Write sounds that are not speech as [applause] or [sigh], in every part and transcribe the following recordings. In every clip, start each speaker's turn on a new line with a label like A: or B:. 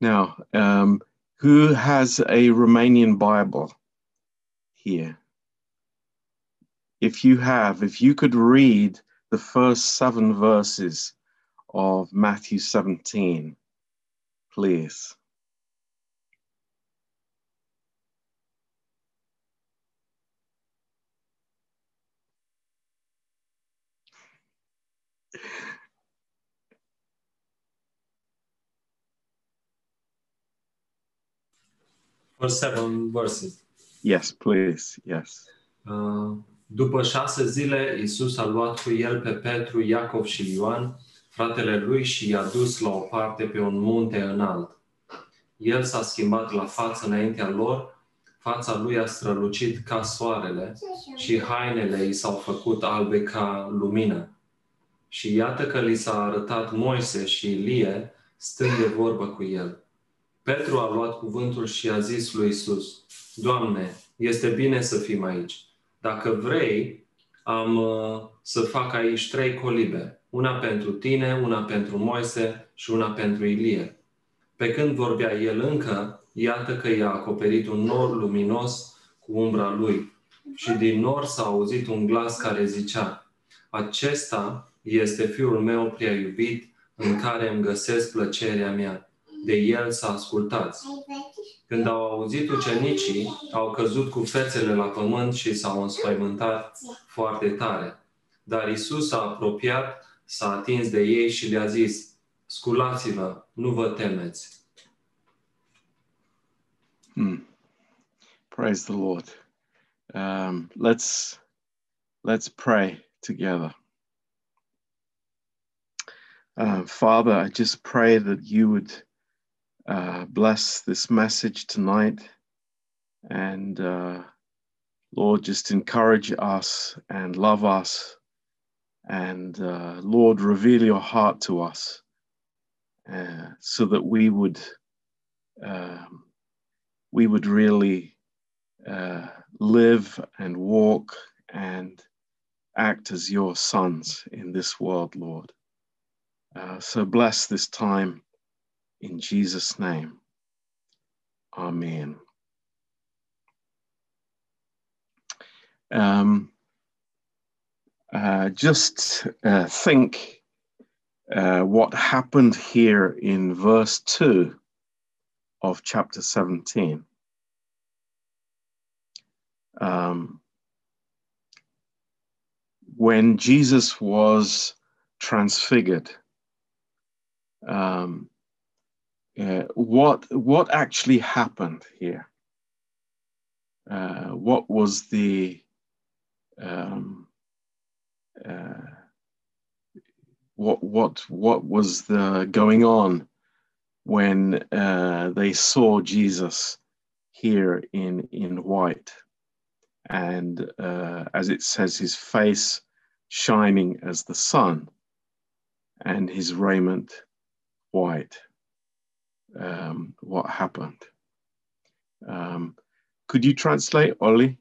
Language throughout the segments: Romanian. A: Now, um, who has a Romanian Bible here? If you have, if you could read the first seven verses of Matthew 17, please.
B: For seven verses.
A: Yes, please. Yes.
B: Uh, După șase zile, Isus a luat cu el pe Petru, Iacov și Ioan, fratele lui, și i-a dus la o parte pe un munte înalt. El s-a schimbat la față înaintea lor, fața lui a strălucit ca soarele și hainele i s-au făcut albe ca lumină. Și iată că li s-a arătat Moise și Ilie stând de vorbă cu el. Petru a luat cuvântul și a zis lui Isus: Doamne, este bine să fim aici. Dacă vrei, am uh, să fac aici trei colibe, una pentru tine, una pentru Moise și una pentru Ilie. Pe când vorbea el încă, iată că i-a acoperit un nor luminos cu umbra lui și din nor s-a auzit un glas care zicea, Acesta este fiul meu prea iubit, în care îmi găsesc plăcerea mea. De el să ascultați. Când au auzit ucenicii, au căzut cu fețele la pământ și s-au înspăimântat foarte tare. Dar Isus s-a apropiat, s-a atins de ei și le-a zis, sculați-vă, nu vă temeți.
A: Hmm. Praise the Lord. Um, let's let's pray together. Uh, Father, I just pray that you would uh, bless this message tonight, and uh, Lord, just encourage us and love us, and uh, Lord, reveal your heart to us, uh, so that we would um, we would really uh, live and walk and act as your sons in this world, Lord. Uh, so bless this time in Jesus' name. Amen. Um, uh, just uh, think uh, what happened here in verse 2 of chapter 17. Um, when Jesus was transfigured, um, uh, what what actually happened here? Uh, what was the um, uh, what what what was the going on when uh, they saw Jesus here in in white, and uh, as it says, his face shining as the sun, and his raiment white. Um, what happened? Um, could you translate, Ollie?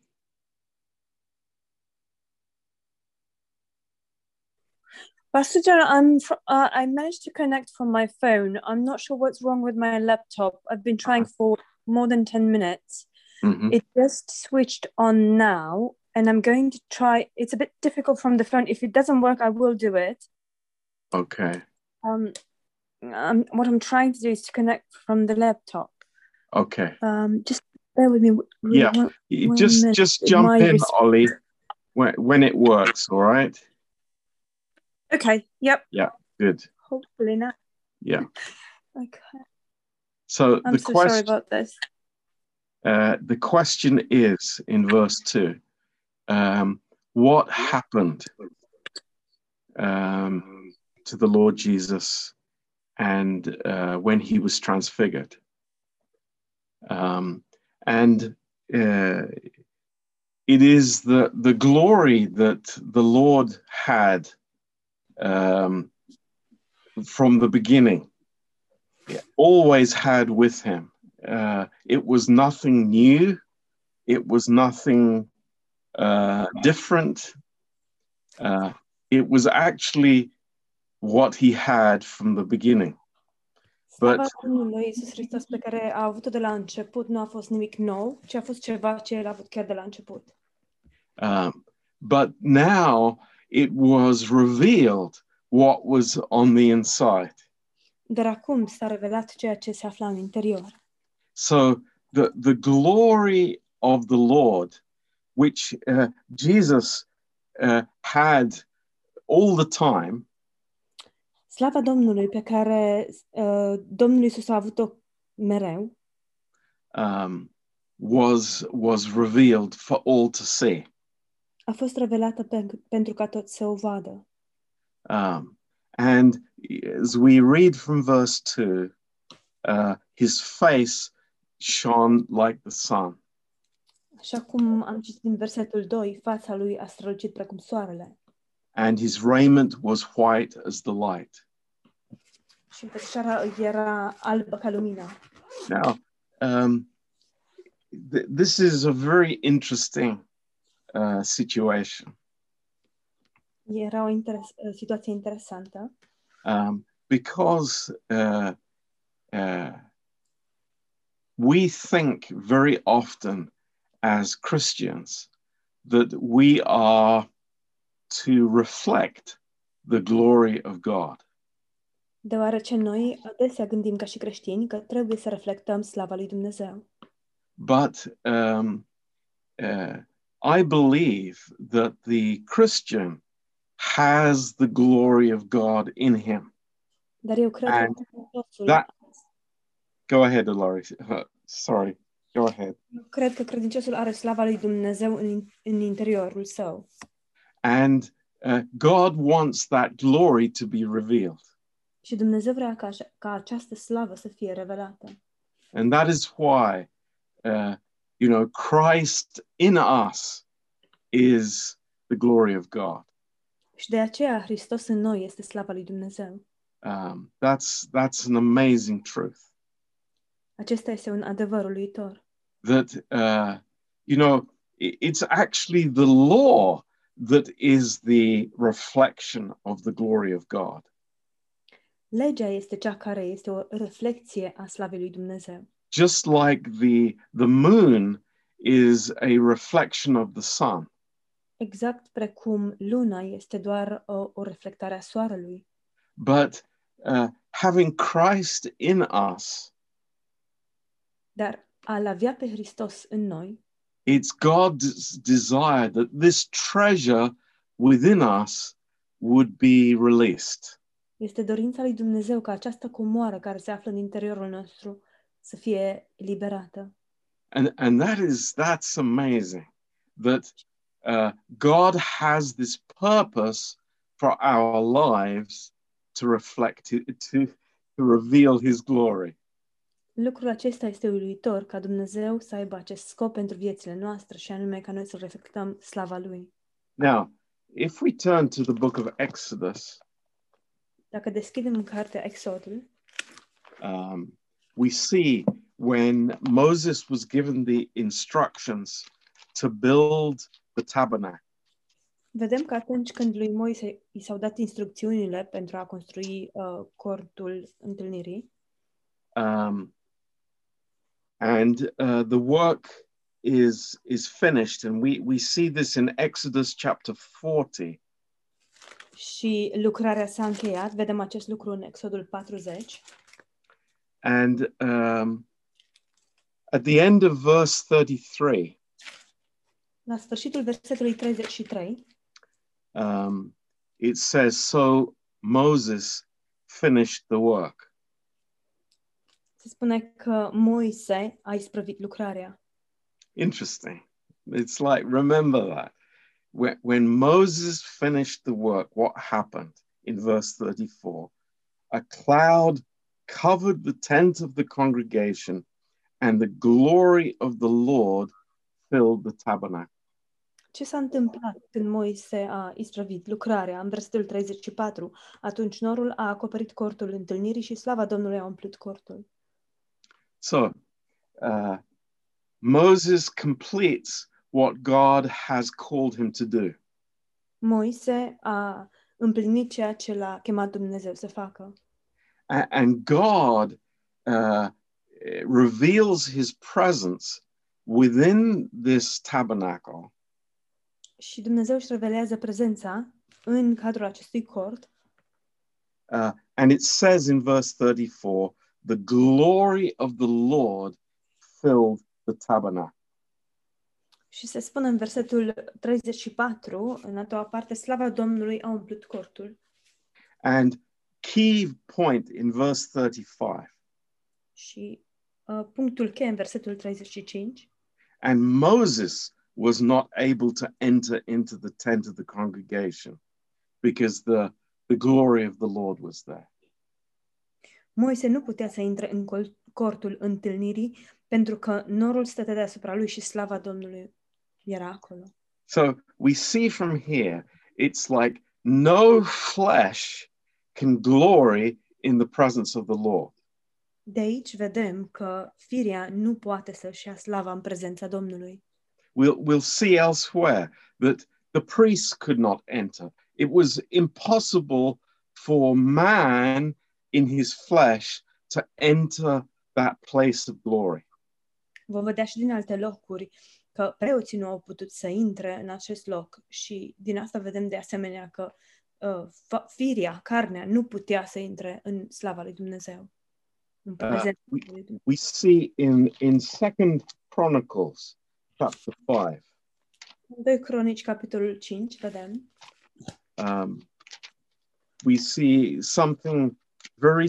C: Pastor John, I'm fr- uh, I managed to connect from my phone. I'm not sure what's wrong with my laptop. I've been
A: Ah.
C: trying for more than 10 minutes.
A: Mhm.
C: It just switched on now, and I'm going to try. It's a bit difficult from the phone. If it doesn't work, I will do it.
A: Okay.
C: Um, um, what I'm trying to do is to connect from the laptop.
A: Okay.
C: Um, just bear with me. w- w-
A: Yeah.
C: one-
A: Y-
C: one
A: just
C: minute,
A: just
C: it
A: jump
C: might
A: in,
C: res-
A: Ollie, when, when it works. All right.
C: Okay. Yep.
A: Good.
C: Hopefully now.
A: Yeah.
C: Okay.
A: So
C: I'm
A: the
C: so sorry
A: question
C: about this.
A: uh, the question is in verse two, um, what happened um, to the Lord Jesus and uh, when he was transfigured? Um, and uh, it is the the glory that the Lord had um, from the beginning, always had with him. Uh, it was nothing new. It was nothing uh, different. Uh, it was actually what he had from the beginning. But
D: Slava Domnului Iisus Hristos pe care a avut-o de la început nu a fost nimic nou, ci a fost ceva ce el a avut chiar de la început.
A: um, but now it was revealed what was on the inside.
D: Dar acum s-a revelat ceea ce se afla în interior.
A: So the the glory of the Lord, which uh, Jesus uh, had all the time,
D: Slava Domnului pe care uh, Domnul Iisus a avut-o mereu,
A: um, was was revealed for all to see.
D: a fost revelată pe, pentru ca toți să o vadă.
A: Um, and as we read from verse two, uh, his face shone like the sun.
D: Așa cum am citit din versetul 2, fața lui a strălucit precum soarele
A: and his raiment was white as the light.
D: și înfățișarea îi era albă ca lumina.
A: Now, um, th- this is a very interesting uh, situation
D: Era o interes- uh, situație interesantă,
A: um, because uh, uh, we think very often as Christians that we are to reflect the glory of God.
D: deoarece noi adesea gândim ca și creștini că trebuie să reflectăm slava lui Dumnezeu.
A: but um, uh, I believe that the Christian has the glory of God in him.
D: Dar eu cred
A: And
D: că credinciosul,
A: that- Go ahead, Alari. sorry, go ahead.
D: eu cred că credinciosul are slava lui Dumnezeu în, în interiorul său.
A: And uh, God wants that glory to be revealed.
D: Și Dumnezeu vrea ca, așa- ca această slavă să fie revelată.
A: And that is why, uh, you know, Christ in us is the glory of God.
D: Și de aceea Hristos în noi este slava lui Dumnezeu.
A: Um, that's, that's an amazing truth.
D: Acesta este un adevăr uluitor.
A: that uh, you know i- it's actually the law that is the reflection of the glory of God.
D: Legea este cea care este o reflecție a slavei lui Dumnezeu.
A: Just like the the moon is a reflection of the sun,
D: Exact precum luna este doar o, o reflectare a soarelui,
A: but uh, having Christ in us,
D: dar al avea pe Hristos în noi,
A: it's God's desire that this treasure within us would be released.
D: este dorința lui Dumnezeu ca această comoară care se află în interiorul nostru să fie liberată.
A: and and that is that's amazing that uh, god has this purpose for our lives to reflect it to, to reveal his glory
D: Lucrul acesta este uluitor ca Dumnezeu să aibă acest scop pentru viețile noastre și anume ca noi să reflectăm slava Lui.
A: now if we turn to the book of exodus
D: Dacă deschidem cartea Exodul,
A: um, we see when moses was given the instructions to build the tabernacle
D: vedem că atunci când lui Moise i s-au dat instrucțiunile pentru a construi uh, cortul întâlnirii,
A: um, and uh, the work is is finished and we we see this in exodus chapter 40
D: și lucrarea s-a încheiat, vedem acest lucru în Exodul 40,
A: and um, at the end of verse 33
D: la sfârșitul versetului 33,
A: um, it says so moses finished the work
D: se spune că Moise a isprăvit lucrarea.
A: interesting it's like remember that when, when moses finished the work what happened in verse 34 a cloud covered the tent of the congregation and the glory of the lord filled the tabernacle
D: Ce s-a întâmplat când Moise a isprăvit lucrarea? În versetul 34, atunci norul a acoperit cortul întâlnirii și slava Domnului a umplut cortul.
A: so uh, moses completes what god has called him to do
D: Moise a împlinit ceea ce l-a chemat Dumnezeu să facă.
A: A- and god uh, reveals his presence within this tabernacle
D: Și Dumnezeu își revelează prezența în cadrul acestui cort
A: Uh, and it says in verse 34 the glory of the Lord filled the tabernacle.
D: și se spune în versetul 34, în a doua parte, slava Domnului a umplut cortul.
A: And key point in verse 35
D: Și uh, punctul cheie în versetul 35,
A: and Moses was not able to enter into the tent of the congregation because the, the glory of the Lord was there.
D: Moise nu putea să intre în col- cortul întâlnirii pentru că norul stătea deasupra lui și slava Domnului era acolo.
A: So we see from here, it's like no flesh can glory in the presence of the Lord.
D: De aici vedem că firia nu poate să-și ia slava în prezența Domnului.
A: We'll, we'll see elsewhere that the priests could not enter. It was impossible for man in his flesh to enter that place of glory.
D: Vom vedea și din alte locuri că preoții nu au putut să intre în acest loc și din asta vedem de asemenea că uh, fa- firia, carnea, nu putea să intre în slava lui Dumnezeu. În prezența lui Dumnezeu.
A: We see in, in Second Chronicles chapter 5,
D: În 2 Cronici, capitolul 5, vedem
A: um, we see something very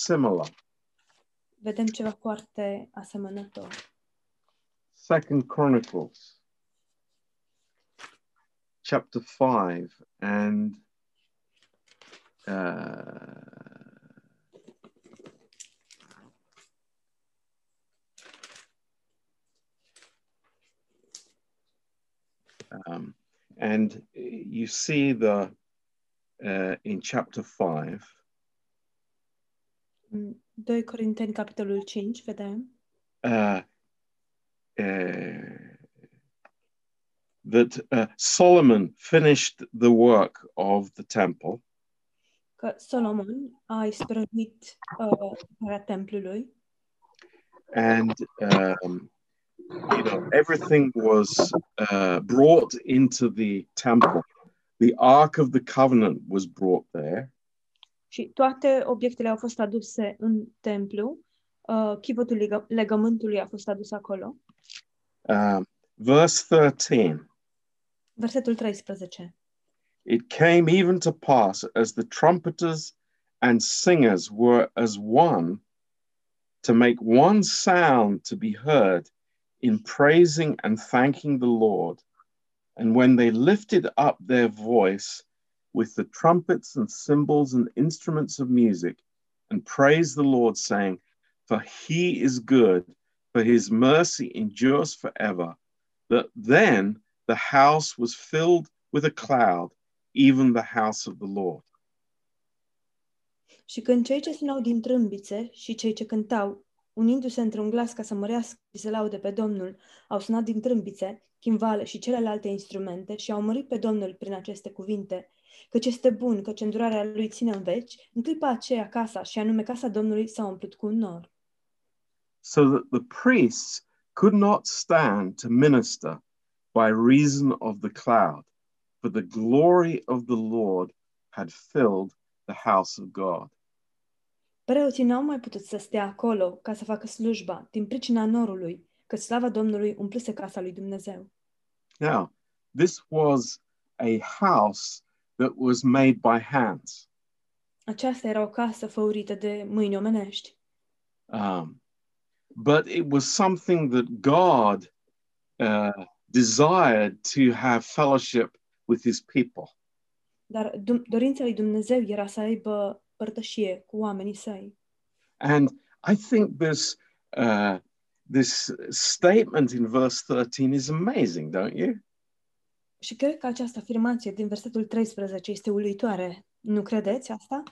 A: similar.
D: vedem ceva foarte asemănător.
A: Second Chronicles, chapter five, and uh, um, and you see the uh, in chapter five.
D: În 2 Corinteni, capitolul 5, vedem
A: uh, uh, that uh, Solomon finished the work of the temple
D: că Solomon a isprăvit uh, lucrarea templului
A: and um, you know everything was uh, brought into the temple the ark of the covenant was brought there
D: Și toate obiectele au fost aduse în templu. Uh, chivotul legă- legământului a fost adus acolo.
A: um, verse 13
D: Versetul 13.
A: It came even to pass as the trumpeters and singers were as one to make one sound to be heard in praising and thanking the Lord. And when they lifted up their voice with the trumpets and cymbals and instruments of music and praised the Lord, saying, For he is good, for his mercy endures forever, that then the house was filled with a cloud, even the house of the Lord.
D: Și când cei ce sunau din trâmbițe și cei ce cântau, unindu-se într-un glas ca să mărească și să laude pe Domnul, au sunat din trâmbițe, chimvale și celelalte instrumente și au mărit pe Domnul prin aceste cuvinte, căci este bun, căci îndurarea lui ține în veci, în clipa aceea casa, și anume casa Domnului, s-a umplut cu un nor.
A: So that the priests could not stand to minister by reason of the cloud, for the glory of the Lord had filled the house of God.
D: Preoții n-au mai putut să stea acolo ca să facă slujba din pricina norului, că slava Domnului umpluse casa lui Dumnezeu.
A: Now, this was a house that was made by hands.
D: Aceasta era o casă făurită de mâini omenești,
A: Um, but it was something that God uh, desired to have fellowship with his people.
D: dar dum- dorința lui Dumnezeu era să aibă părtășie cu oamenii săi.
A: And I think this uh, this statement in verse 13 is amazing, don't you?
D: Și cred că această afirmație din versetul 13 este uluitoare. Nu credeți asta?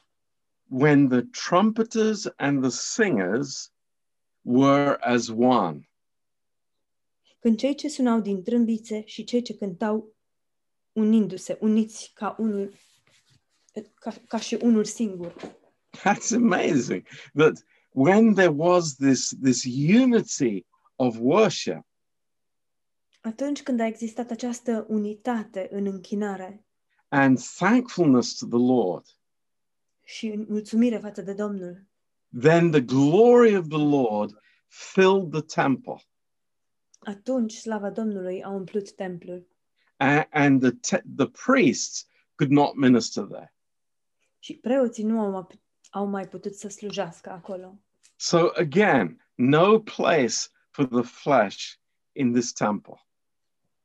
A: When the trumpeters and the singers were as one. [laughs]
D: Când cei ce sunau din trâmbițe și cei ce cântau unindu-se, uniți ca unul, ca, ca și unul singur.
A: That's amazing. That when there was this, this unity of worship,
D: Atunci când a existat această unitate în închinare
A: and thankfulness to the Lord,
D: și în mulțumire față de Domnul,
A: then the glory of the Lord filled the temple,
D: atunci slava Domnului a umplut templul
A: a- and the, te- the priests could not minister there.
D: și preoții nu au, ap- au mai putut să slujească acolo.
A: So, again, no place for the flesh in this temple.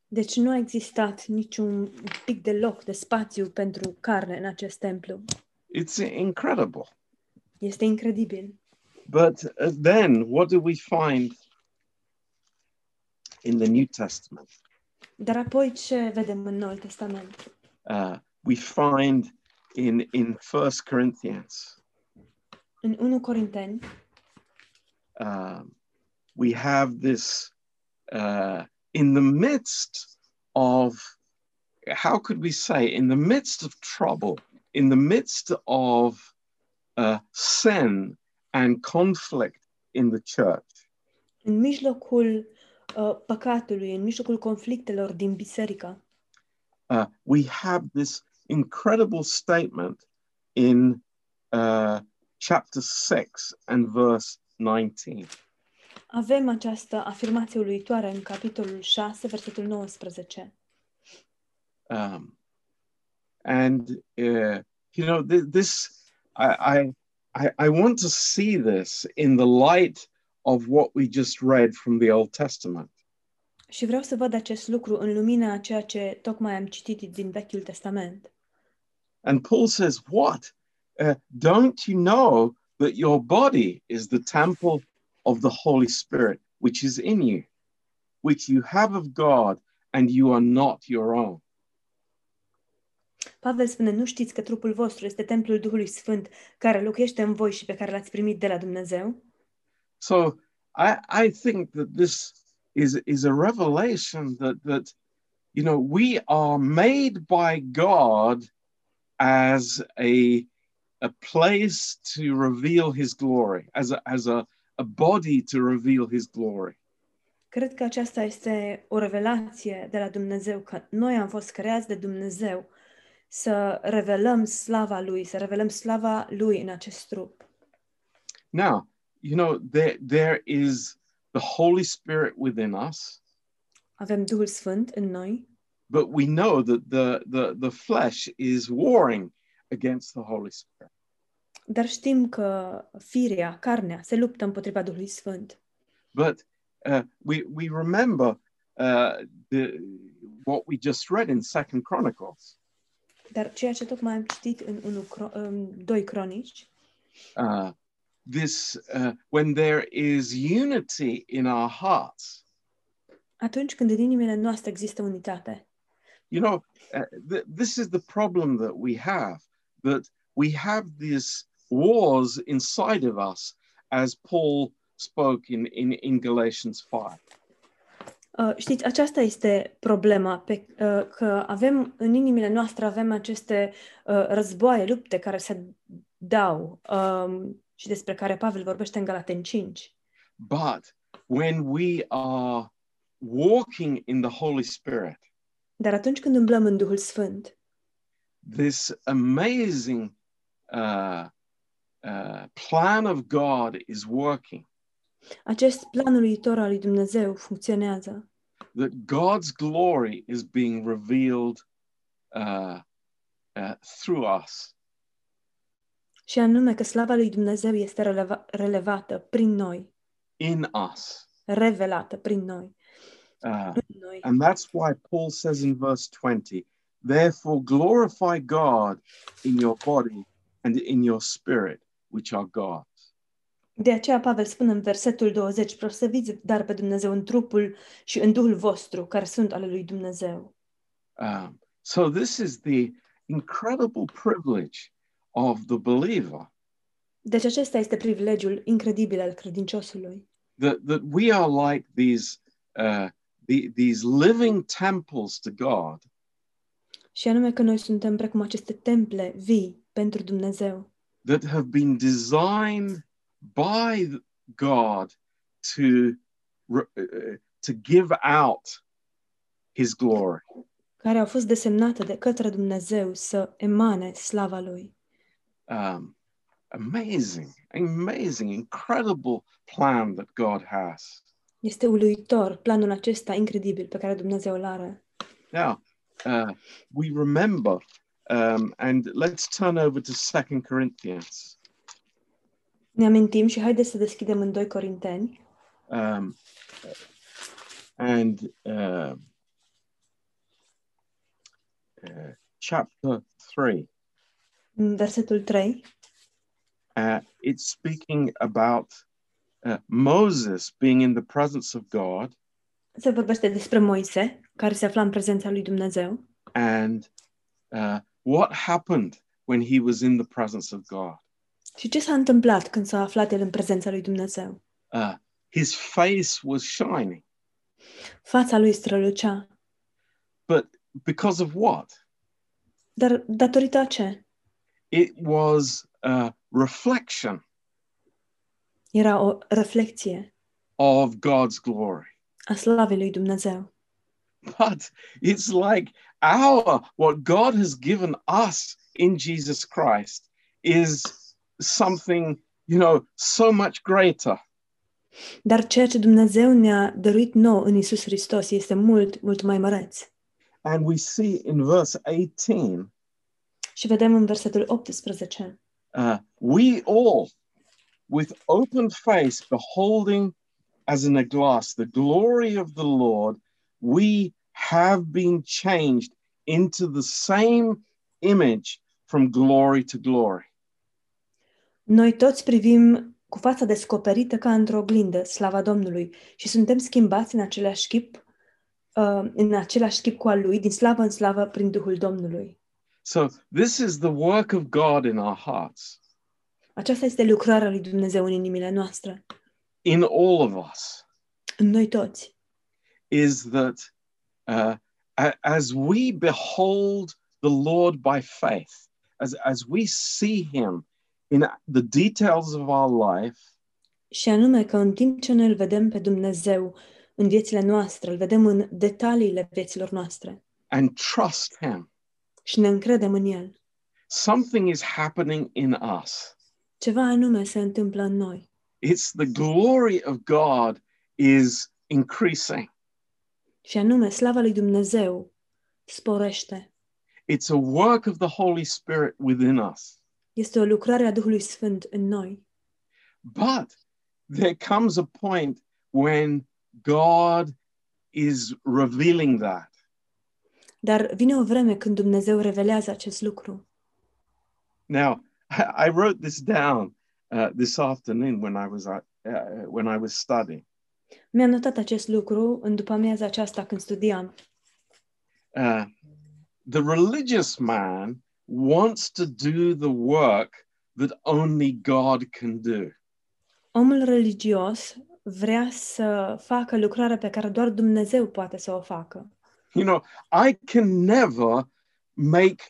D: Deci nu a existat niciun pic de loc, de spațiu pentru carne în acest templu.
A: It's incredible.
D: Este incredibil.
A: But uh, then, what do we find in the New Testament?
D: Dar apoi ce vedem în Noul Testament?
A: Uh, we find in in First Corinthians,
D: În 1 Corinteni
A: um, we have this uh, in the midst of how could we say in the midst of trouble, in the midst of uh, sin and conflict in the church.
D: în mijlocul uh, păcatului, în mijlocul conflictelor din biserică,
A: uh, we have this incredible statement in uh, chapter 6 and verse 19.
D: avem această afirmație uluitoare în capitolul 6, versetul 19.
A: Um, and, uh, you know, th- this, I, I, I, I want to see this in the light of what we just read from the Old Testament.
D: Și vreau să văd acest lucru în lumina a ceea ce tocmai am citit din Vechiul Testament.
A: And Paul says, What? Uh, don't you know that your body is the temple of the Holy Spirit, which is in you, which you have of God, and you are not your own?
D: Pavel spune, nu știți că trupul vostru este templul Duhului Sfânt care locuiește în voi și pe care l-ați primit de la Dumnezeu?
A: So I, I think that this is, is a revelation that, that, you know, we are made by God as a, a place to reveal his glory, as a, as a, a body to reveal his glory.
D: Cred că aceasta este o revelație de la Dumnezeu, că noi am fost creați de Dumnezeu să revelăm slava Lui, să revelăm slava Lui în acest trup.
A: Now, you know, there, there is the Holy Spirit within us,
D: Avem Duhul Sfânt în noi,
A: but we know that the, the, the flesh is warring against the Holy Spirit.
D: dar știm că firea, carnea, se luptă împotriva Duhului Sfânt.
A: But uh, we, we remember uh, the, what we just read in Second Chronicles.
D: Dar ceea ce tocmai am citit în, 1, Cro- în 2 Cronici,
A: Uh, this, uh, when there is unity in our hearts,
D: atunci când în inimile noastre există unitate,
A: you know, uh, th- this is the problem that we have that we have these wars inside of us, as Paul spoke in, in, in Galatians 5.
D: Uh, știți, aceasta este problema, pe, uh, că avem în inimile noastre avem aceste uh, războaie, lupte care se dau um, și despre care Pavel vorbește în Galaten 5.
A: But when we are walking in the Holy Spirit,
D: Dar atunci când umblăm în Duhul Sfânt,
A: this amazing uh, uh, plan of God is working,
D: acest plan uluitor al lui Dumnezeu funcționează.
A: that God's glory is being revealed uh, uh, through us.
D: Și anume că slava lui Dumnezeu este releva- relevată prin noi,
A: in us.
D: revelată prin noi.
A: Uh,
D: În noi.
A: and that's why Paul says in verse 20, therefore glorify God in your body and in your spirit, which are God's.
D: De aceea Pavel spune în versetul 20, proslăviți dar pe Dumnezeu în trupul și în Duhul vostru, care sunt ale lui Dumnezeu.
A: Um, so this is the incredible privilege of the believer
D: Deci acesta este privilegiul incredibil al credinciosului,
A: that, that we are like these, uh, the, these living temples to God
D: și anume că noi suntem precum aceste temple vii pentru Dumnezeu,
A: that have been designed by God to, re- uh, to give out his glory.
D: care au fost desemnate de către Dumnezeu să emane slava Lui.
A: Um, amazing, amazing, incredible plan that God has.
D: Este uluitor planul acesta incredibil pe care Dumnezeu îl are.
A: Now, uh, we remember, um, and let's turn over to Second Corinthians.
D: Ne amintim și haideți să deschidem în 2 Corinteni
A: Um, and uh, uh, chapter 3,
D: în versetul 3.
A: uh, it's speaking about uh, Moses being in the presence of God
D: Se vorbește despre Moise, care se afla în prezența lui Dumnezeu
A: and uh, what happened when he was in the presence of God.
D: și ce s-a întâmplat când s-a aflat el în prezența lui Dumnezeu.
A: Uh, his face was shining,
D: Fața lui strălucea,
A: but because of what?
D: dar datorită a ce?
A: It was a reflection
D: Era o reflecție
A: of God's glory.
D: a slavei lui Dumnezeu.
A: But it's like our, what God has given us in Jesus Christ is something, you know, so much greater.
D: Dar ceea ce Dumnezeu ne-a dăruit nou în Isus Hristos este mult, mult mai măreț.
A: And we see in verse 18,
D: Și vedem în versetul 18.
A: uh, we all, with open face, beholding as in a glass the glory of the Lord, we have been changed into the same image from glory to glory.
D: Noi toți privim cu fața descoperită ca într-o oglindă, slava Domnului, și suntem schimbați în același chip, uh, în același chip cu al lui, din slavă în slavă, prin Duhul Domnului.
A: So this is the work of God in our hearts,
D: Aceasta este lucrarea lui Dumnezeu în inimile noastre,
A: in all of us,
D: în noi toți.
A: is that uh, a- as we behold the Lord by faith, as, as we see Him in the details of our life,
D: Și anume că în timp ce noi îl vedem pe Dumnezeu în viețile noastre, îl vedem în detaliile vieților noastre
A: and trust Him,
D: și ne încredem în El.
A: something is happening in us.
D: Ceva anume se întâmplă în noi.
A: It's the glory of God is increasing.
D: Și anume, slava lui Dumnezeu sporește.
A: It's a work of the Holy Spirit within us.
D: Este o lucrare a Duhului Sfânt în noi.
A: But there comes a point when God is revealing that.
D: Dar vine o vreme când Dumnezeu revelează acest lucru.
A: Now, [laughs] I I wrote this down uh, this afternoon when I was uh, uh, when I was studying,
D: Mi-am notat acest lucru în după amiaza aceasta când studiam.
A: uh, the religious man wants to do the work that only God can do.
D: Omul religios vrea să facă lucrarea pe care doar Dumnezeu poate să o facă.
A: You know, I can never make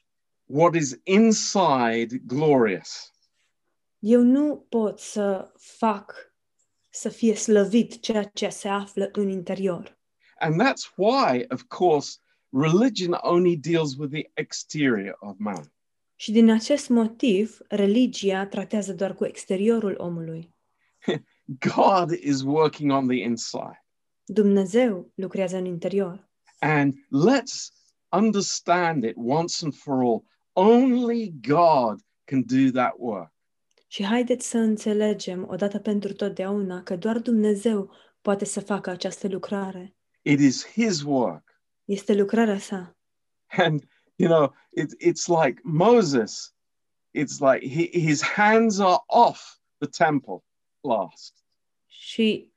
A: what is inside glorious.
D: Eu nu pot să fac să fie slăvit ceea ce se află în interior.
A: And that's why, of course, religion only deals with the exterior of man.
D: Și din acest motiv, religia tratează doar cu exteriorul omului.
A: God is working on the inside.
D: Dumnezeu lucrează în interior.
A: And let's understand it once and for all. Only God can do that work.
D: Și haideți să înțelegem odată pentru totdeauna că doar Dumnezeu poate să facă această lucrare.
A: It is His work. [laughs]
D: Este lucrarea sa.
A: And, you know, it, it's like Moses, it's like he, his hands are off the temple last.
D: Și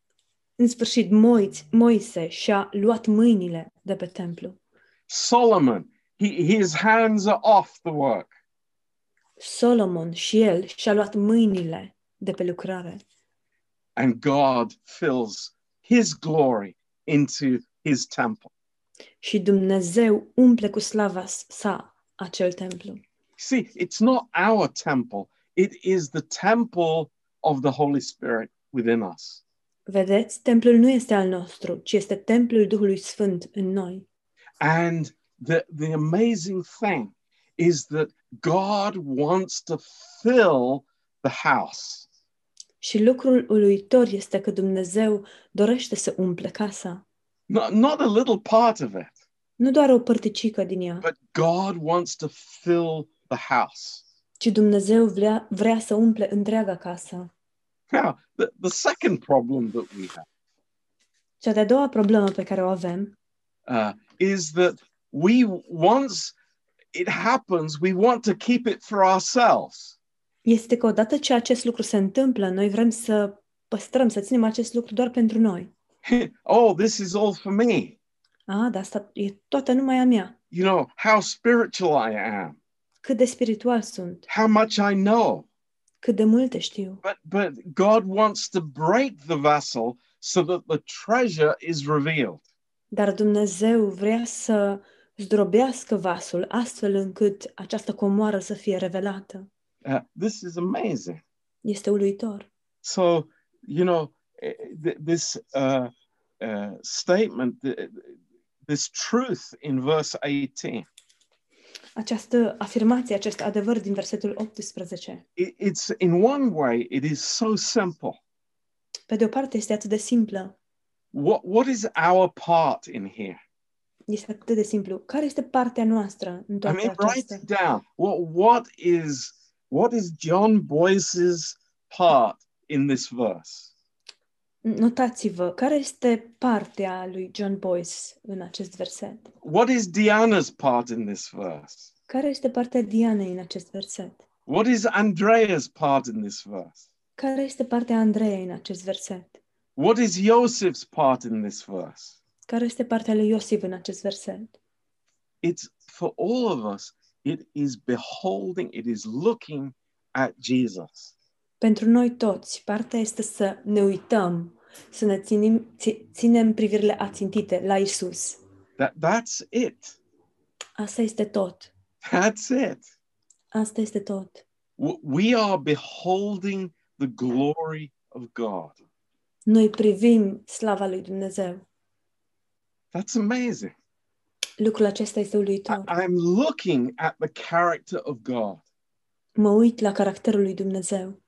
D: în sfârșit Moiți, Moise și-a luat mâinile de pe templu.
A: Solomon, he, his hands are off the work.
D: Solomon și el și-a luat mâinile de pe lucrare.
A: and God fills his glory into his temple.
D: Și Dumnezeu umple cu slava s- sa acel templu.
A: See, it's not our temple, it is the temple of the Holy Spirit within us.
D: Vedeți, templul nu este al nostru, ci este templul Duhului Sfânt în noi.
A: And the, the amazing thing is that God wants to fill the house.
D: Și lucrul uluitor este că Dumnezeu dorește să umple casa.
A: Not, not a little part of it,
D: Nu doar o părticică din ea,
A: but God wants to fill the house.
D: ci Dumnezeu vrea, vrea să umple întreaga casă.
A: Now, the, the second problem that we have
D: Cea de-a doua problemă pe care o avem
A: uh, is that we, once it happens, we want to keep it for ourselves. [laughs]
D: este că odată ce acest lucru se întâmplă, noi vrem să păstrăm, să ținem acest lucru doar pentru noi.
A: oh, this is all for me.
D: A, dar asta e toată numai a mea.
A: You know, how spiritual I am,
D: Cât de spiritual sunt,
A: how much I know.
D: cât de multe știu.
A: But but God wants to break the vessel so that the treasure is revealed.
D: Dar Dumnezeu vrea să zdrobească vasul astfel încât această comoară să fie revelată.
A: Uh, this is amazing.
D: Este uluitor.
A: So you know eh, th- this uh, uh, statement, th- this truth in verse 18,
D: Această afirmație, acest adevăr din versetul 18,
A: it, it's in one way it is so simple.
D: pe de o parte este atât de simplă,
A: What what is our part in here?
D: este atât de simplu. Care este partea noastră în
A: I
D: toată
A: mean, write
D: aceasta?
A: it down. What what is what is John Boyce's part in this verse?
D: Notați-vă, care este partea lui John Boyce în acest verset?
A: What is Diana's part in this verse?
D: Care este partea Dianei în acest verset?
A: What is Andrea's part in this verse?
D: Care este partea Andrei în acest verset?
A: What is Yosef's part in this verse?
D: Care este partea lui Iosif în acest verset?
A: It's for all of us, it is beholding, it is looking at Jesus.
D: Pentru noi toți, partea este să ne uităm, să ne ținim, ți, ținem privirile ațintite la Isus.
A: That that's it.
D: Asta este tot.
A: That's it.
D: Asta este tot.
A: W- We are beholding the glory of God.
D: Noi privim slava lui Dumnezeu.
A: That's amazing.
D: Lucrul acesta este
A: I-
D: uluitor.
A: I'm looking at the character of God.
D: Mă uit la caracterul lui Dumnezeu.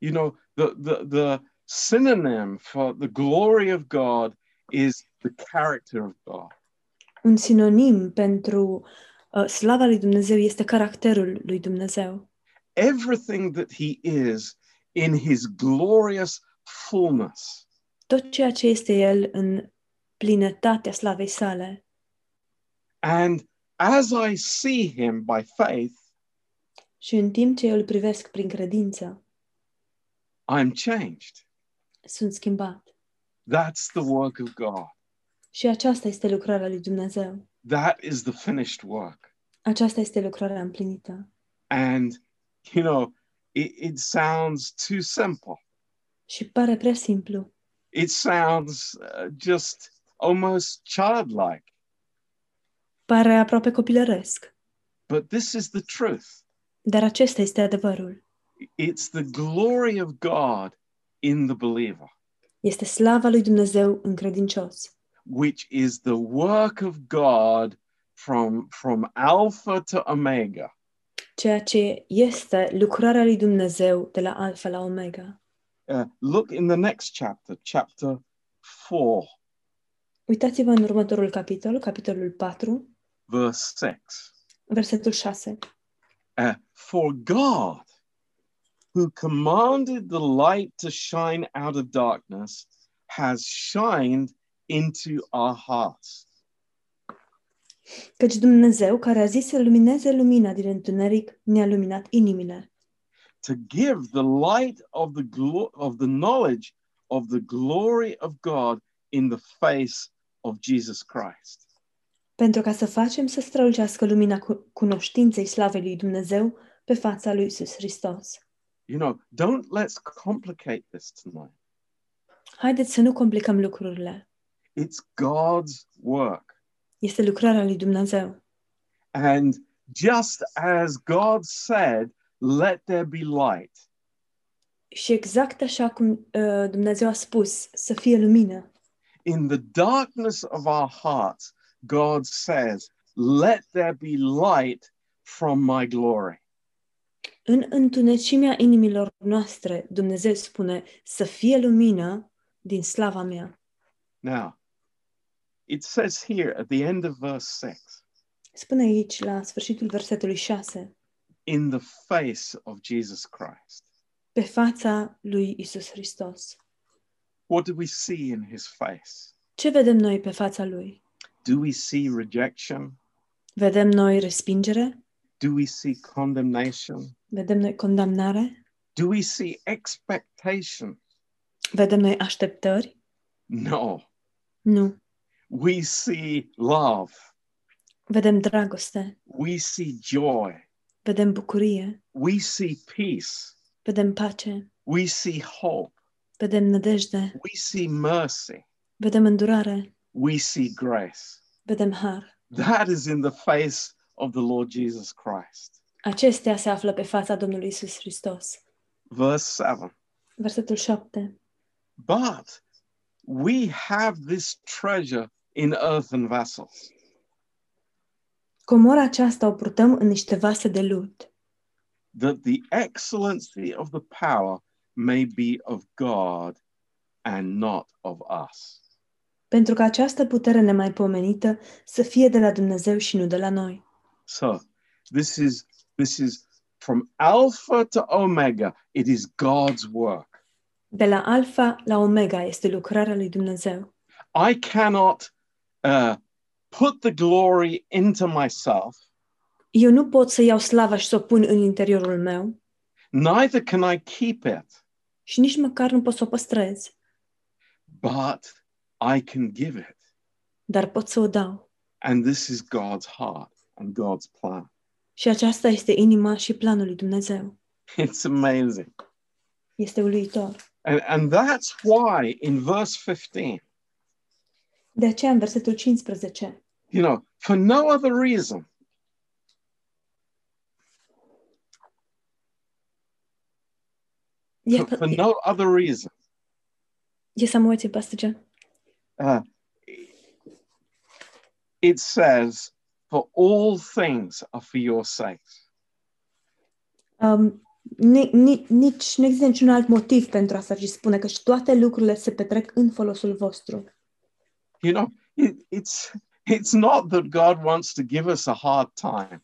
A: you know the the the synonym for the glory of god is the character of god
D: un sinonim pentru uh, slava lui Dumnezeu este caracterul lui Dumnezeu.
A: everything that he is in his glorious fullness
D: Tot ceea ce este El în plinătatea slavei sale.
A: and as i see him by faith
D: Și în timp ce eu îl privesc prin credință,
A: i'm changed
D: sunt schimbat.
A: that's the work of god
D: Și aceasta este lucrarea lui Dumnezeu.
A: that is the finished work
D: Aceasta este lucrarea împlinită.
A: and you know it, it sounds too simple
D: Și pare prea simplu.
A: it sounds uh, just almost childlike
D: Pare aproape copilăresc.
A: but this is the truth
D: Dar acesta este adevărul.
A: It's the glory of God in the believer,
D: Este slava lui Dumnezeu în credincios,
A: which is the work of God from, from Alpha to Omega.
D: ceea ce este lucrarea lui Dumnezeu de la Alfa la Omega.
A: Uh, look in the next chapter, chapter 4,
D: Uitați-vă în următorul capitol, capitolul 4,
A: verse 6.
D: versetul 6.
A: Uh, For God, who commanded the light to shine out of darkness, has shined into our hearts.
D: Căci Dumnezeu, care a zis să lumineze lumina din întuneric, ne-a luminat inimile,
A: to give the light of the glo- of the knowledge of the glory of God in the face of Jesus Christ.
D: pentru ca să facem să strălucească lumina cu- cunoștinței slavei lui Dumnezeu pe fața lui Isus Hristos.
A: You know, don't let's complicate this tonight.
D: Haideți să nu complicăm lucrurile.
A: It's God's work.
D: Este lucrarea lui Dumnezeu.
A: And just as God said, let there be light,
D: Și exact așa cum uh, Dumnezeu a spus, să fie lumină.
A: In the darkness of our hearts, God says, Let there be light from my glory.
D: În întunecimea inimilor noastre, Dumnezeu spune să fie lumină din slava mea.
A: Now, it says here at the end of verse 6,
D: Spune aici, la sfârșitul versetului 6,
A: in the face of Jesus Christ.
D: pe fața lui Isus Hristos.
A: What do we see in his face?
D: Ce vedem noi pe fața lui?
A: Do we see rejection?
D: Vedem noi respingere?
A: Do we see condemnation?
D: Vedem noi condamnare?
A: Do we see expectation?
D: Vedem noi așteptări?
A: No,
D: Nu.
A: we see love.
D: Vedem dragoste,
A: We see joy.
D: vedem bucurie,
A: We see peace.
D: vedem pace,
A: We see hope.
D: vedem nădejde,
A: We see mercy.
D: vedem îndurare,
A: We see grace.
D: vedem har.
A: That is in the face of the Lord Jesus Christ.
D: Acestea se află pe fața Domnului Isus Hristos.
A: Verse 7.
D: Versetul 7.
A: But we have this treasure in earthen vessels.
D: Comora aceasta o purtăm în niște vase de lut,
A: that the excellency of the power may be of God and not of us.
D: pentru că această putere nemaipomenită să fie de la Dumnezeu și nu de la noi.
A: So this is this is from Alpha to Omega, it is God's work.
D: De la Alfa la Omega este lucrarea lui Dumnezeu.
A: I cannot uh, put the glory into myself,
D: Eu nu pot să iau slava și să o pun în interiorul meu
A: neither can I keep it,
D: și nici măcar nu pot să o păstrez,
A: but I can give it.
D: dar pot să o dau.
A: And this is God's heart and God's plan. [laughs]
D: Și aceasta este inima și planul lui Dumnezeu.
A: It's amazing.
D: Este uluitor.
A: And, and that's why in verse 15,
D: De aceea, în versetul 15,
A: you know, for no other reason.
D: ia,
A: For, for no other reason.
D: ia să mă uiți, Pastor John.
A: Uh, it says, for all things are for your sakes.
D: Um, ni, ni, nici, nu există niciun alt motiv pentru asta, ci spune că și toate lucrurile se petrec în folosul vostru.
A: You know, it, it's it's not that God wants to give us a hard time.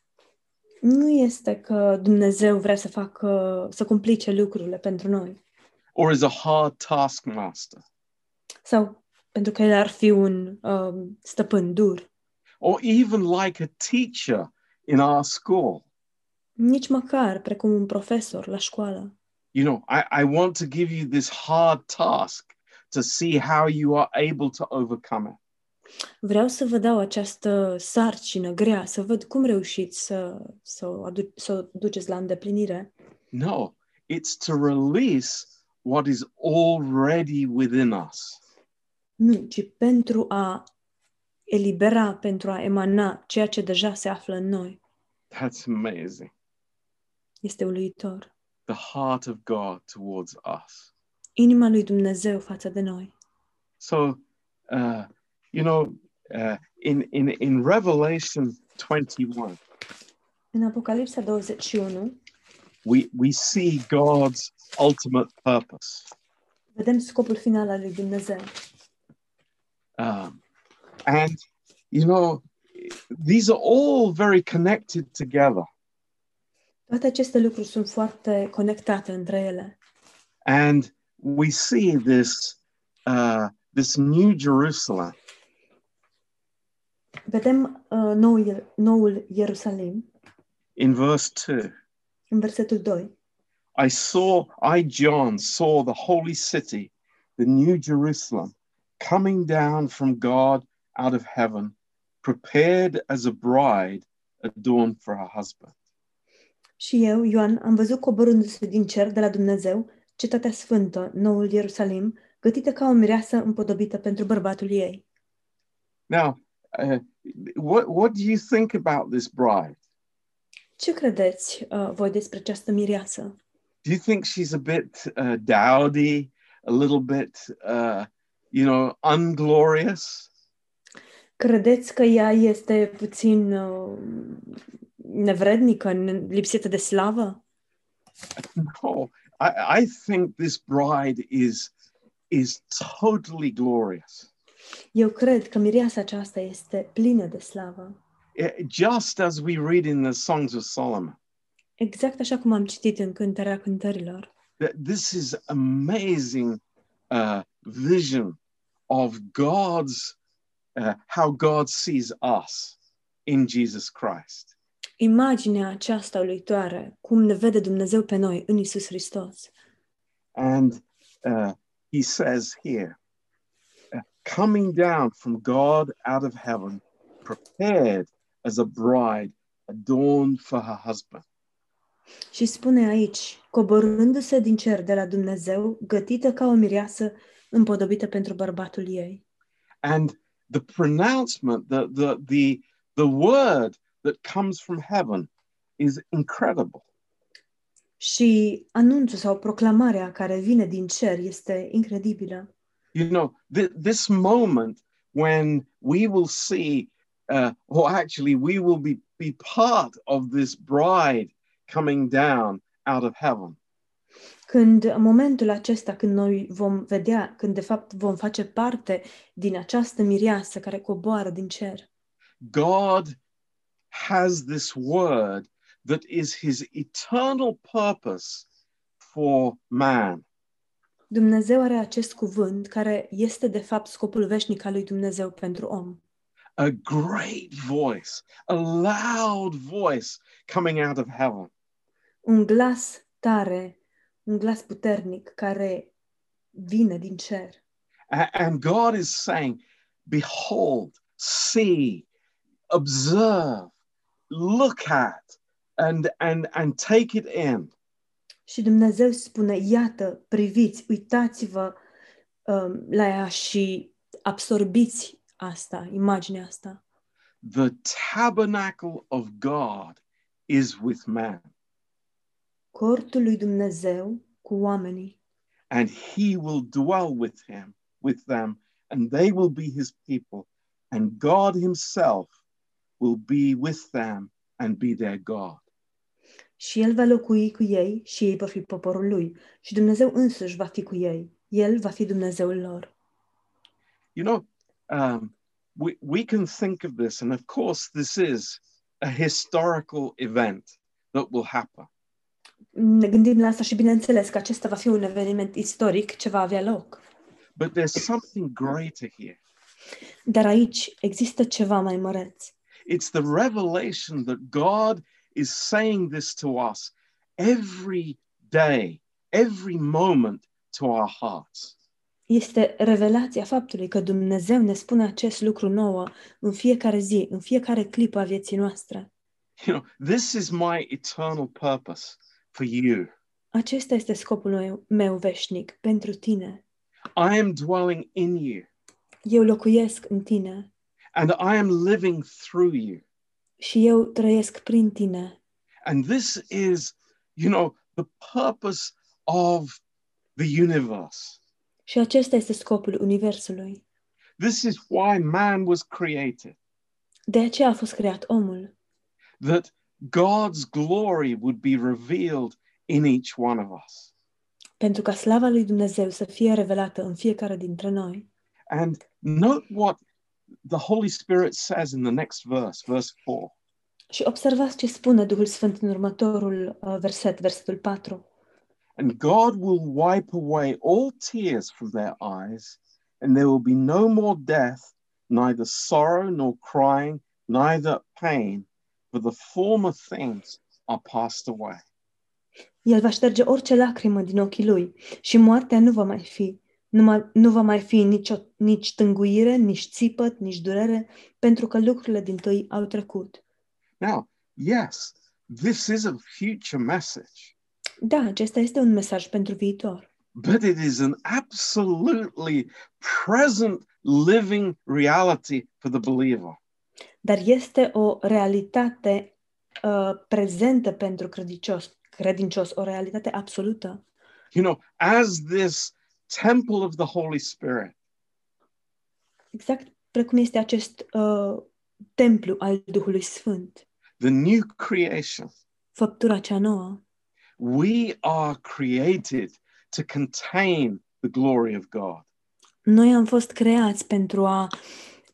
D: Nu este că Dumnezeu vrea să facă, să complice lucrurile pentru noi.
A: Or is a hard taskmaster,
D: Sau pentru că El ar fi un um, stăpân dur.
A: or even like a teacher in our school.
D: Nici măcar precum un profesor la școală.
A: You know, I, I want to give you this hard task to see how you are able to overcome it.
D: Vreau să vă dau această sarcină grea, să văd cum reușiți să, să, o, adu- să o duceți la îndeplinire.
A: No, it's to release what is already within us.
D: Nu, ci pentru a elibera, pentru a emana ceea ce deja se află în noi.
A: That's amazing.
D: Este uluitor.
A: The heart of God towards us.
D: Inima lui Dumnezeu față de noi.
A: So, uh, you know, uh, in, in, in Revelation 21,
D: În Apocalipsa 21
A: we, we see God's ultimate purpose.
D: vedem scopul final al lui Dumnezeu.
A: Um, and, you know, these are all very connected together.
D: Toate aceste lucruri sunt foarte conectate între ele.
A: And we see this, uh, this new Jerusalem.
D: Vedem uh, noul, noul Ierusalim
A: in verse 2
D: în versetul 2.
A: i saw i john saw the holy city the new jerusalem coming down from god out of heaven prepared as a bride adorned for her husband
D: Și eu, Ioan, am văzut coborându-se din cer de la Dumnezeu cetatea sfântă, noul Ierusalim, gătită ca o mireasă împodobită pentru bărbatul ei.
A: now uh, what, what do you think about this bride
D: Ce credeți uh, voi despre această mireasă?
A: do you think she's a bit uh, dowdy, a little bit, uh, you know, unglorious?
D: Credeți că ea este puțin uh, nevrednică, n- lipsită de slavă?
A: No, I, I think this bride is is totally glorious.
D: Eu cred că mireasa aceasta este plină de slavă.
A: Eh, just as we read in the Songs of Solomon,
D: Exact așa cum am citit în Cântarea Cântărilor.
A: that this is amazing uh, vision of God's uh, how God sees us in Jesus Christ.
D: Imaginea aceasta uluitoare, cum ne vede Dumnezeu pe noi în Isus Hristos.
A: And uh, he says here, uh, coming down from God out of heaven, prepared as a bride adorned for her husband.
D: Și spune aici, coborându-se din cer de la Dumnezeu, gătită ca o mireasă împodobită pentru bărbatul ei.
A: And the pronouncement, the, the, the, the word that comes from heaven is incredible.
D: Și anunțul sau proclamarea care vine din cer este incredibilă.
A: you know th- this moment when we will see uh, or actually we will be be part of this bride coming down out of heaven
D: Când în momentul acesta, când noi vom vedea, când de fapt vom face parte din această mireasă care coboară din cer,
A: god has this word that is his eternal purpose for man
D: Dumnezeu are acest cuvânt care este de fapt scopul veșnic al lui Dumnezeu pentru om.
A: a great voice a loud voice coming out of heaven
D: un glas tare, un glas puternic care vine din cer.
A: A- And God is saying, Behold, see, observe, look at, and, and, and take it in.
D: Și Dumnezeu spune, iată, priviți, uitați-vă um, la ea și absorbiți asta, imaginea asta.
A: The tabernacle of God is with man,
D: Cortul lui Dumnezeu cu oamenii
A: and he will dwell with him, with them, and they will be his people, and God himself will be with them and be their God.
D: și El va locui cu ei și ei vor fi poporul Lui și Dumnezeu însuși va fi cu ei. El va fi Dumnezeul lor.
A: you know, um, we, we can think of this, and of course, this is a historical event that will happen.
D: Ne gândim la asta și bineînțeles că acesta va fi un eveniment istoric ce va avea loc.
A: But there's something greater here.
D: Dar aici există ceva mai măreț.
A: It's the revelation that God is saying this to us every day, every moment to our hearts.
D: Este revelația faptului că Dumnezeu ne spune acest lucru nouă în fiecare zi, în fiecare clipă a vieții noastre.
A: You know, this is my eternal purpose for you.
D: Acesta este scopul meu, meu veșnic pentru tine.
A: I am dwelling in you
D: Eu locuiesc în tine
A: and I am living through you.
D: și eu trăiesc prin tine.
A: And this is, you know, the purpose of the universe.
D: Și acesta este scopul Universului.
A: This is why man was created,
D: De aceea a fost creat omul,
A: that God's glory would be revealed in each one of us.
D: pentru ca slava lui Dumnezeu să fie revelată în fiecare dintre noi.
A: And note what the Holy Spirit says in the next verse, verse 4.
D: Și observați ce spune Duhul Sfânt în următorul uh, verset, versetul 4.
A: And God will wipe away all tears from their eyes, and there will be no more death, neither sorrow nor crying, neither pain, for the former things are passed away.
D: El va șterge orice lacrimă din ochii lui și moartea nu va mai fi. Nu, mai, nu va mai fi nicio, nici tânguire, nici țipăt, nici durere, pentru că lucrurile din tâi au trecut.
A: Now, yes, this is a future message,
D: Da, acesta este un mesaj pentru viitor,
A: but it is an absolutely present living reality for the believer.
D: dar este o realitate uh, prezentă pentru credincios, credincios, o realitate absolută.
A: You know, as this temple of the Holy Spirit,
D: Exact precum este acest uh, templu al Duhului Sfânt,
A: the new creation,
D: făptura cea nouă.
A: we are created to contain the glory of God.
D: Noi am fost creați pentru a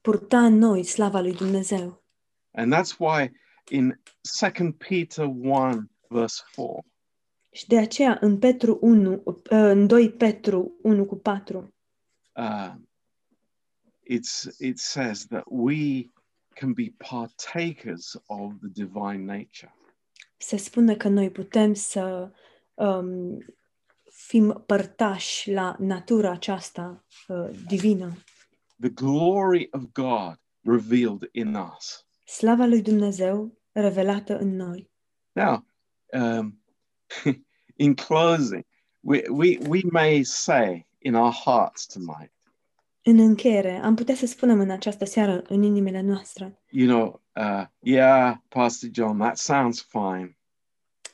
D: purta în noi slava lui Dumnezeu.
A: And that's why in 2 Peter 1, verse 4,
D: Și de aceea în Petru 1, uh, în 2 Petru 1 cu 4,
A: um, it's, it says that we can be partakers of the divine nature.
D: se spune că noi putem să um, fim părtași la natura aceasta uh, divină.
A: The glory of God revealed in us.
D: Slava lui Dumnezeu revelată în noi.
A: Now, um, [laughs] in closing, we, we, we may say in our hearts tonight,
D: În încheiere, am putea să spunem în această seară în inimile noastre,
A: you know, uh, yeah, Pastor John, that sounds fine,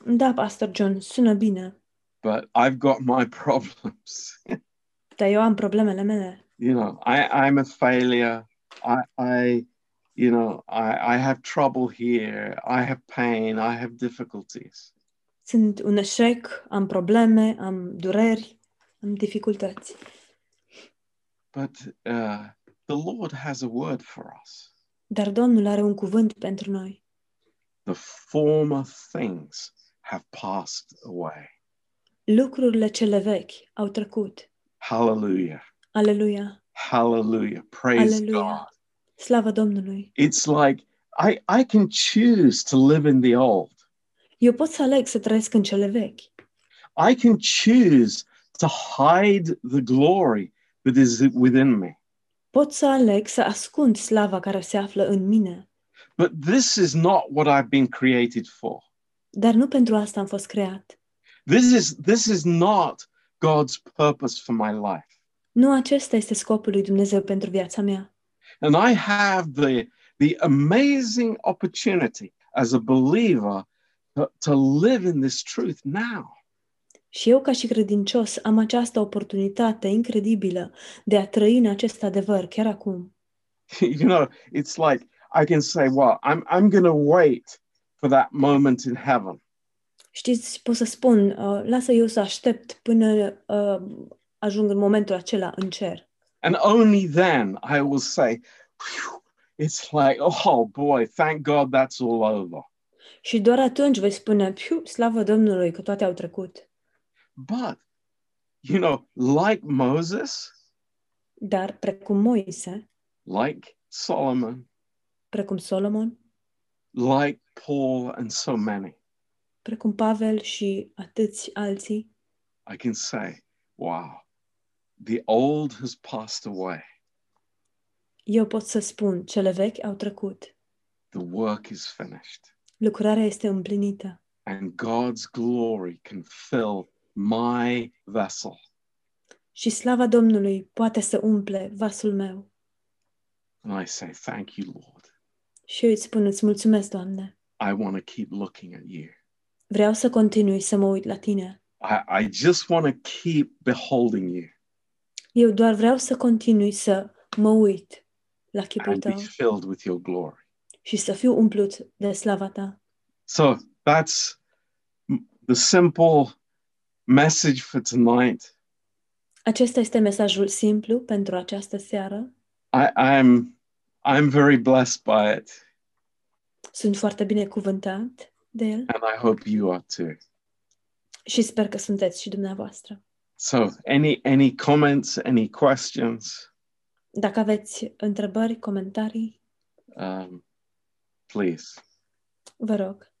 D: da, Pastor John, sună bine,
A: but I've got [laughs] my problems.
D: dar eu am problemele mele.
A: you know, I, I'm a failure. I, I you know, I, I have trouble here. I have pain. I have difficulties.
D: Sunt un eșec, am probleme, am dureri, am dificultăți.
A: But uh, the Lord has a word for us.
D: Dar Domnul are un cuvânt pentru noi.
A: The former things have passed away.
D: Lucrurile cele vechi au trecut.
A: Hallelujah.
D: Aleluia!
A: Hallelujah. Praise God.
D: Aleluia! Slavă Domnului!
A: It's like I, I can choose to live in the old.
D: Eu pot să aleg să trăiesc în cele vechi.
A: I can choose to hide the glory that is within me.
D: Pot să aleg să ascund slava care se află în mine.
A: But this is not what I've been created for.
D: Dar nu pentru asta am fost creat.
A: This is this is not God's purpose for my life.
D: Nu acesta este scopul lui Dumnezeu pentru viața mea.
A: And I have the the amazing opportunity as a believer to, to live in this truth now. [laughs]
D: Și eu, ca și credincios, am această oportunitate incredibilă de a trăi în acest adevăr chiar acum.
A: you know, it's like I can say, well, I'm I'm going to wait for that moment in heaven.
D: Știți, pot să spun, uh, lasă eu să aștept până uh, ajung în momentul acela în cer.
A: And only then I will say, "Phew," it's like, oh boy, thank God that's all over.
D: Și doar atunci vei spune, piu, slavă Domnului că toate au trecut.
A: But, you know, like Moses,
D: Dar precum Moise,
A: like Solomon,
D: precum Solomon,
A: like Paul, and so many,
D: precum Pavel și atâți alții,
A: I can say, wow, the old has passed away.
D: eu pot să spun, cele vechi au trecut.
A: The work is finished.
D: Lucrarea este împlinită
A: And God's glory can fill my vessel.
D: și slava Domnului poate să umple vasul meu.
A: And I say, thank you, Lord.
D: Și eu îți spun, îți mulțumesc, Doamne.
A: I want to keep looking at you.
D: Vreau să continui să mă uit la Tine.
A: I, I just want to keep beholding you
D: Eu doar vreau să continui să mă uit la chipul
A: and be
D: Tău
A: filled with your glory.
D: și să fiu umplut de slava Ta.
A: So that's m- the simple message for tonight.
D: Acesta este mesajul simplu pentru această seară.
A: I, I'm I'm very blessed by it,
D: Sunt foarte binecuvântat de el
A: and I hope you are too.
D: și sper că sunteți și dumneavoastră.
A: So, any any comments, any questions,
D: Dacă aveți întrebări, comentarii,
A: um, please.
D: vă rog.